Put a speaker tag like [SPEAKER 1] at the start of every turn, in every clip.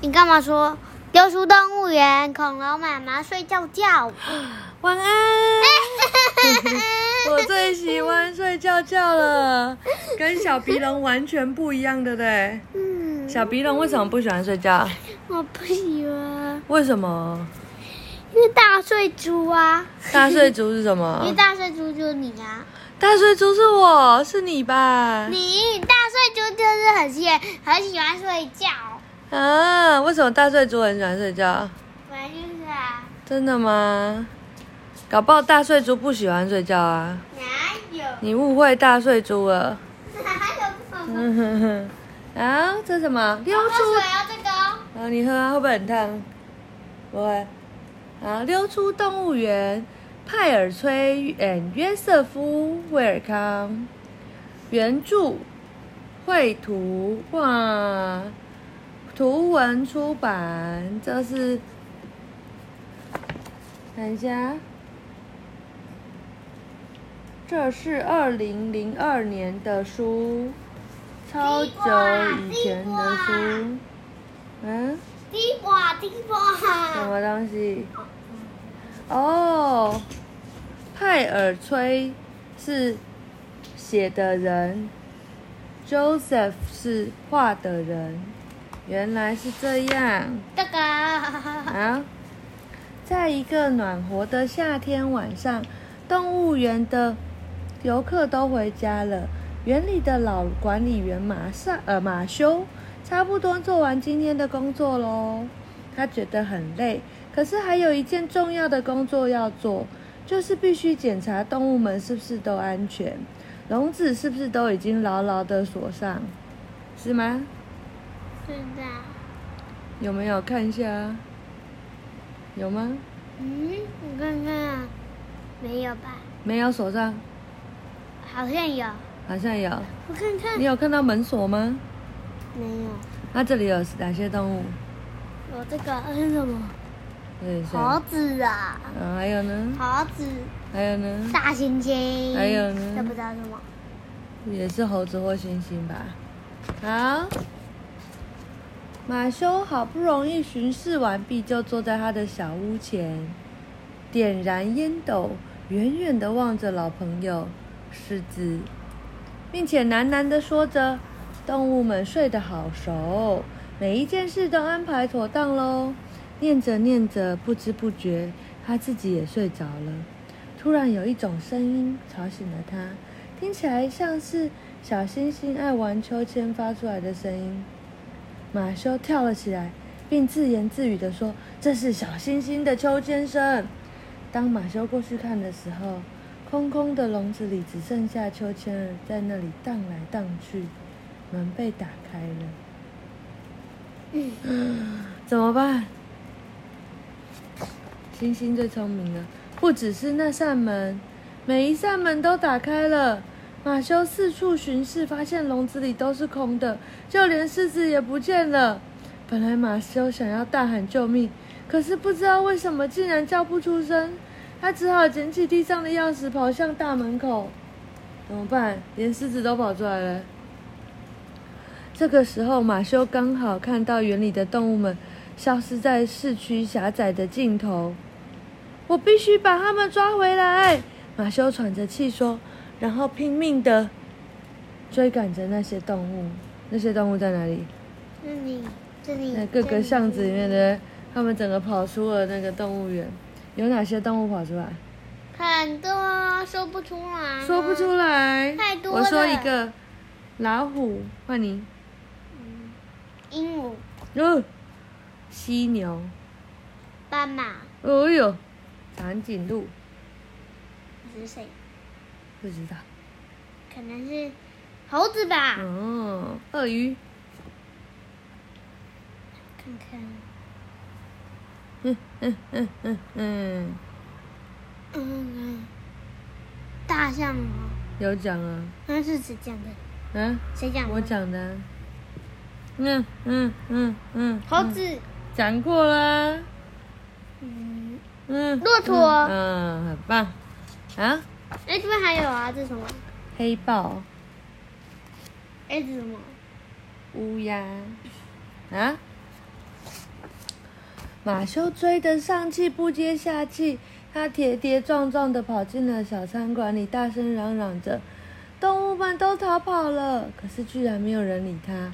[SPEAKER 1] 你干嘛说丢出动物园？恐龙妈妈睡觉觉。
[SPEAKER 2] 晚安，我最喜欢睡觉觉了，跟小鼻龙完全不一样，对不对？
[SPEAKER 1] 嗯，
[SPEAKER 2] 小鼻龙为什么不喜欢睡觉？
[SPEAKER 1] 我不喜欢，
[SPEAKER 2] 为什么？
[SPEAKER 1] 因为大睡猪啊，
[SPEAKER 2] 大睡猪是什
[SPEAKER 1] 因为
[SPEAKER 2] 么？
[SPEAKER 1] 大睡猪就是你啊，
[SPEAKER 2] 大睡猪是我，是你吧？
[SPEAKER 1] 你大睡猪就是很喜很喜欢睡觉，
[SPEAKER 2] 啊，为什么大睡猪很喜欢睡觉？
[SPEAKER 1] 本来就是啊，
[SPEAKER 2] 真的吗？搞不好大睡猪不喜欢睡觉啊！
[SPEAKER 1] 哪有？
[SPEAKER 2] 你误会大睡猪 了。
[SPEAKER 1] 哪有不好？
[SPEAKER 2] 嗯哼哼，啊，这是什么？溜
[SPEAKER 1] 喝
[SPEAKER 2] 出
[SPEAKER 1] 水要这个哦，
[SPEAKER 2] 啊，你喝啊，会不会很烫？不会。啊，溜出动物园，派尔崔嗯约瑟夫·威尔康，原著，绘图画，图文出版，这是，等一下，这是二零零二年的书，超久以前的书，嗯。
[SPEAKER 1] 地瓜地
[SPEAKER 2] 什
[SPEAKER 1] 瓜，
[SPEAKER 2] 么东西？哦，派尔崔是写的人，Joseph 是画的人，原来是这样
[SPEAKER 1] 这个
[SPEAKER 2] 啊！在一个暖和的夏天晚上，动物园的游客都回家了。园里的老管理员马上呃马修差不多做完今天的工作喽。他觉得很累，可是还有一件重要的工作要做，就是必须检查动物们是不是都安全，笼子是不是都已经牢牢的锁上，是吗？
[SPEAKER 1] 是的，啊
[SPEAKER 2] 有没有看一下啊？有吗？
[SPEAKER 1] 嗯，我看看啊，没有吧？
[SPEAKER 2] 没有锁上，
[SPEAKER 1] 好像有，
[SPEAKER 2] 好像有。
[SPEAKER 1] 我看看
[SPEAKER 2] 你，有看到门锁吗？
[SPEAKER 1] 没有。
[SPEAKER 2] 那、这里有哪些动物？
[SPEAKER 1] 我这个是什么？
[SPEAKER 2] 对，谁？
[SPEAKER 1] 猴子啊，
[SPEAKER 2] 嗯，还有呢？
[SPEAKER 1] 猴子，
[SPEAKER 2] 还有呢？
[SPEAKER 1] 大猩猩，
[SPEAKER 2] 还有呢
[SPEAKER 1] 这不知道什么。
[SPEAKER 2] 也是猴子或猩猩吧。好，马修好不容易巡视完毕，就坐在他的小屋前，点燃烟斗，远远的望着老朋友狮子，并且喃喃的说着：“动物们睡得好熟，每一件事都安排妥当喽。”念着念着，不知不觉他自己也睡着了。突然有一种声音吵醒了他，听起来像是小星星爱玩秋千发出来的声音。马修跳了起来，并自言自语地说：“这是小星星的秋千声。”当马修过去看的时候，空空的笼子里只剩下秋千儿在那里荡来荡去，门被打开了。怎么办？星星最聪明了，不只是那扇门，每一扇门都打开了。马修四处巡视，发现笼子里都是空的，就连狮子也不见了。本来马修想要大喊救命，可是不知道为什么竟然叫不出声，他只好捡起地上的钥匙，跑向大门口。怎么办？连狮子都跑出来了。这个时候，马修刚好看到园里的动物们消失在市区狭窄的尽头。我必须把它们抓回来！马修喘着气说，然后拼命的追赶着那些动物。那些动物在哪里？
[SPEAKER 1] 这里，这里，
[SPEAKER 2] 那各
[SPEAKER 1] 这
[SPEAKER 2] 个
[SPEAKER 1] 里
[SPEAKER 2] 巷子里面的，他们整个跑出了那个动物园。有哪些动物跑出来？
[SPEAKER 1] 很多说不出来，
[SPEAKER 2] 说不出。来，
[SPEAKER 1] 太多了
[SPEAKER 2] 我说一个，老虎，换你。
[SPEAKER 1] 鹦鹉、
[SPEAKER 2] 哦，犀牛。
[SPEAKER 1] 斑马
[SPEAKER 2] 哦呦，长颈鹿
[SPEAKER 1] 是谁？
[SPEAKER 2] 不知道。
[SPEAKER 1] 可能是猴子吧？
[SPEAKER 2] 哦，鳄鱼，
[SPEAKER 1] 看看，
[SPEAKER 2] 嗯嗯嗯，
[SPEAKER 1] 嗯，大象哦，
[SPEAKER 2] 有讲啊，
[SPEAKER 1] 那是谁讲的？
[SPEAKER 2] 嗯，
[SPEAKER 1] 谁讲的？
[SPEAKER 2] 我。讲的啊、嗯嗯嗯嗯，
[SPEAKER 1] 猴子，
[SPEAKER 2] 讲过啦，
[SPEAKER 1] 嗯，
[SPEAKER 2] 嗯，
[SPEAKER 1] 骆驼
[SPEAKER 2] 嗯，嗯很棒，啊，
[SPEAKER 1] 哎，这边还有啊，这是什么？
[SPEAKER 2] 黑豹，
[SPEAKER 1] 哎，这是什么？
[SPEAKER 2] 乌鸦，啊，马修追得上气不接下气，他跌跌撞撞地跑进了小餐馆里，大声嚷嚷着：“动物们都逃跑了！”可是居然没有人理他，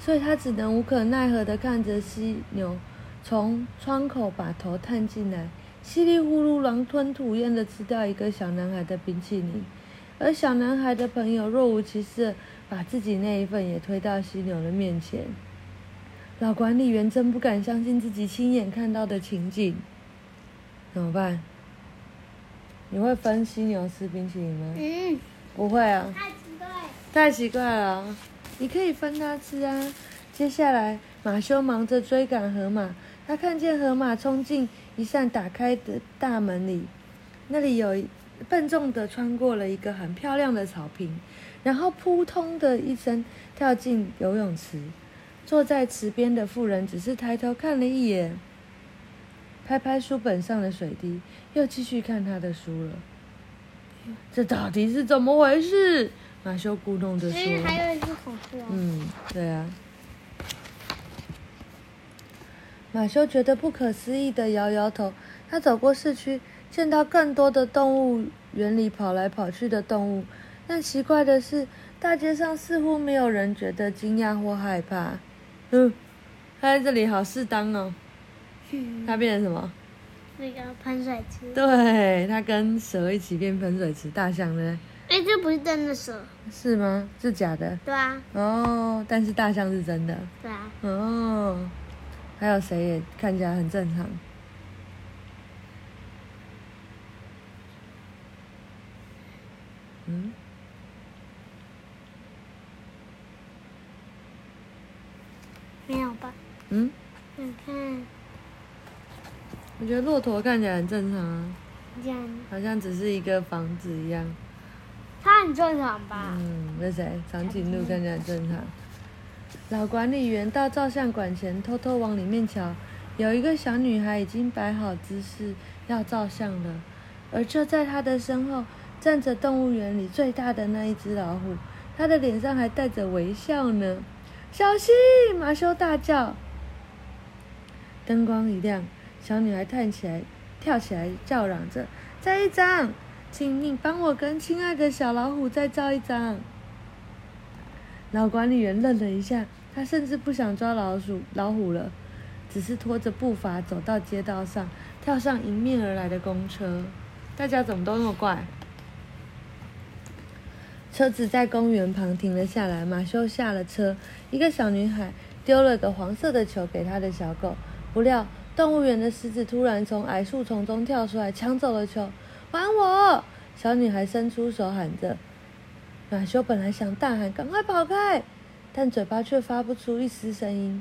[SPEAKER 2] 所以他只能无可奈何地看着犀牛从窗口把头探进来，稀里呼噜狼吞虎咽地吃掉一个小男孩的冰淇淋。而小男孩的朋友若无其事地把自己那一份也推到犀牛的面前。老管理员真不敢相信自己亲眼看到的情景，怎么办？你会分犀牛吃冰淇淋吗？
[SPEAKER 1] 嗯，
[SPEAKER 2] 不会啊，
[SPEAKER 1] 太奇怪。
[SPEAKER 2] 太奇怪了啊、你可以分它吃啊。接下来，马修忙着追赶河马，他看见河马冲进一扇打开的大门里，那里有一笨重的穿过了一个很漂亮的草坪，然后扑通的一声跳进游泳池。坐在池边的妇人只是抬头看了一眼，拍拍书本上的水滴，又继续看他的书了。这到底是怎么回事？马修咕哝着说
[SPEAKER 1] 嗯，。还有一只恐龙。
[SPEAKER 2] 嗯，对啊。马修觉得不可思议的摇摇头。他走过市区，见到更多的动物园里跑来跑去的动物，但奇怪的是，大街上似乎没有人觉得惊讶或害怕。嗯，他在这里好适当哦。
[SPEAKER 1] 嗯，
[SPEAKER 2] 他变成什么？
[SPEAKER 1] 那个喷水池。
[SPEAKER 2] 对，他跟蛇一起变喷水池大象呢？
[SPEAKER 1] 哎，这不是真的蛇，
[SPEAKER 2] 是吗？是假的
[SPEAKER 1] 对啊，
[SPEAKER 2] 哦，但是大象是真的。
[SPEAKER 1] 对啊，
[SPEAKER 2] 哦，还有谁也看起来很正常？嗯，
[SPEAKER 1] 没有吧？
[SPEAKER 2] 嗯，
[SPEAKER 1] 你看，
[SPEAKER 2] 我觉得骆驼看起来很正常啊，
[SPEAKER 1] 这样，
[SPEAKER 2] 好像只是一个房子一样。
[SPEAKER 1] 它很正常吧？
[SPEAKER 2] 嗯，那谁，长颈鹿看起来很正常。老管理员到照相馆前偷偷往里面瞧，有一个小女孩已经摆好姿势要照相了，而就在她的身后站着动物园里最大的那一只老虎，它的脸上还带着微笑呢。小心！马修大叫。灯光一亮，小女孩探起来，跳起来叫嚷着：“再一张，请你帮我跟亲爱的小老虎再照一张。”老管理员愣了一下，他甚至不想抓老鼠老虎了，只是拖着步伐走到街道上，跳上迎面而来的公车。大家怎么都那么怪？车子在公园旁停了下来，马修下了车，一个小女孩丢了个黄色的球给他的小狗，不料动物园的狮子突然从矮树丛中跳出来，抢走了球，还我！小女孩伸出手喊着。马修本来想大喊“赶快跑开”，但嘴巴却发不出一丝声音。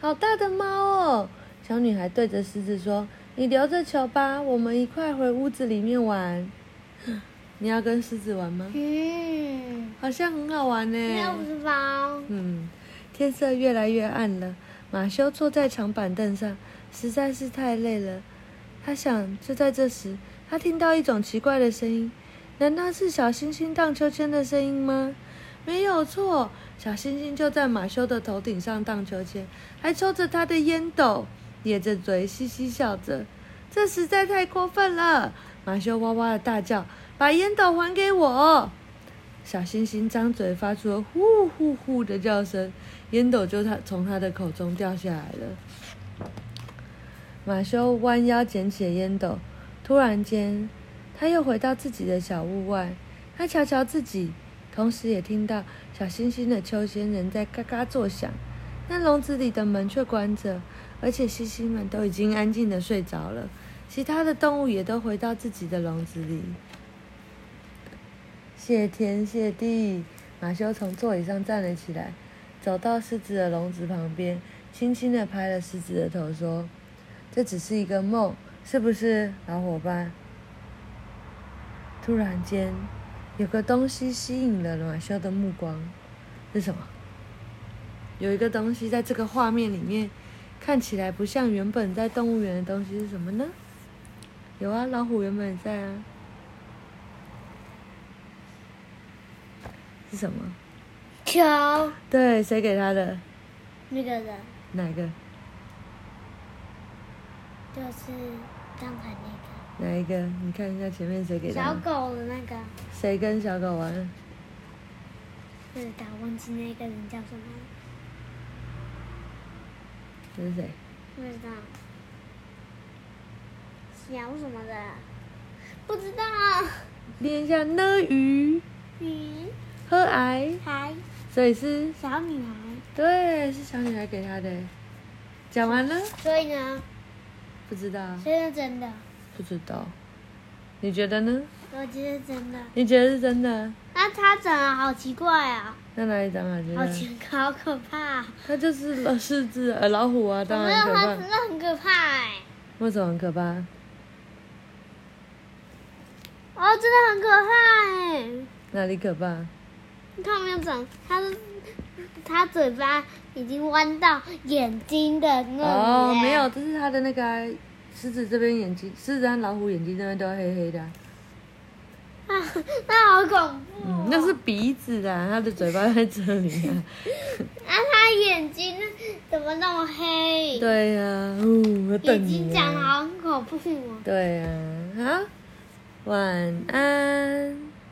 [SPEAKER 2] 好大的猫哦！小女孩对着狮子说：“你留着球吧，我们一块回屋子里面玩。” 你要跟狮子玩吗？
[SPEAKER 1] 嗯，
[SPEAKER 2] 好像很好玩呢。
[SPEAKER 1] 那不是猫。
[SPEAKER 2] 嗯，天色越来越暗了。马修坐在长板凳上，实在是太累了。他想，就在这时，他听到一种奇怪的声音，难道是小星星荡秋千的声音吗？没有错，小星星就在马修的头顶上荡秋千，还抽着他的烟斗，咧着嘴嘻嘻笑着。这实在太过分了！马修哇哇的大叫：“把烟斗还给我！”小星星张嘴发出了“呼呼呼”的叫声，烟斗就他从他的口中掉下来了。马修弯腰捡起了烟斗，突然间，他又回到自己的小屋外。他瞧瞧自己，同时也听到小星星的秋千仍在嘎嘎作响，但笼子里的门却关着，而且星星们都已经安静的睡着了，其他的动物也都回到自己的笼子里。谢天谢地，马修从座椅上站了起来，走到狮子的笼子旁边，轻轻地拍了狮子的头，说：“这只是一个梦，是不是，老伙伴？”突然间，有个东西吸引了马修的目光，是什么？有一个东西在这个画面里面，看起来不像原本在动物园的东西是什么呢？有啊，老虎原本也在啊，是什么？
[SPEAKER 1] 球，
[SPEAKER 2] 对，谁给他的？
[SPEAKER 1] 那个人，
[SPEAKER 2] 哪个？
[SPEAKER 1] 就是刚才那
[SPEAKER 2] 哪一个？你看一下前面谁给
[SPEAKER 1] 个
[SPEAKER 2] 他
[SPEAKER 1] 小
[SPEAKER 2] 们？
[SPEAKER 1] 狗的那个，
[SPEAKER 2] 谁跟小狗玩？
[SPEAKER 1] 不知道忘记那个人叫什么了，
[SPEAKER 2] 这是谁？
[SPEAKER 1] 不知道，小什么的，不知道。
[SPEAKER 2] 念一下呢鱼
[SPEAKER 1] 女
[SPEAKER 2] 和癌，
[SPEAKER 1] 孩，
[SPEAKER 2] 所以是
[SPEAKER 1] 小女孩。
[SPEAKER 2] 对，是小女孩给他的。讲完了？
[SPEAKER 1] 所以呢，
[SPEAKER 2] 不知道，
[SPEAKER 1] 所以是真的，
[SPEAKER 2] 不知道。你觉得呢？
[SPEAKER 1] 我觉得真的。
[SPEAKER 2] 你觉得是真的？
[SPEAKER 1] 那它长得好奇怪啊，
[SPEAKER 2] 那哪里长啊？觉
[SPEAKER 1] 好
[SPEAKER 2] 得
[SPEAKER 1] 奇怪，好可怕、啊。
[SPEAKER 2] 它就是老狮子、呃老虎啊，
[SPEAKER 1] 我
[SPEAKER 2] 当
[SPEAKER 1] 没
[SPEAKER 2] 然
[SPEAKER 1] 有
[SPEAKER 2] 很
[SPEAKER 1] 它
[SPEAKER 2] 可
[SPEAKER 1] 真
[SPEAKER 2] 怕。
[SPEAKER 1] 的很可怕哎、
[SPEAKER 2] 为什么很可怕？
[SPEAKER 1] 哦，真的很可怕哎、
[SPEAKER 2] 哪里可怕？
[SPEAKER 1] 你看有没有长，它的它嘴巴已经弯到眼睛的那里、欸
[SPEAKER 2] 哦，没有，，这是它的那个啊、狮子这边眼睛，狮子和老虎眼睛这边都黑黑的啊、
[SPEAKER 1] 啊，那好恐怖、
[SPEAKER 2] 嗯那是鼻子啊，它的嘴巴在这里啊。
[SPEAKER 1] 啊，它眼睛怎么那么黑？，
[SPEAKER 2] 对呀、哦，我等
[SPEAKER 1] 眼睛
[SPEAKER 2] 你、
[SPEAKER 1] 长得
[SPEAKER 2] 啊。
[SPEAKER 1] 好恐怖哦。
[SPEAKER 2] 对呀、啊，好，晚安。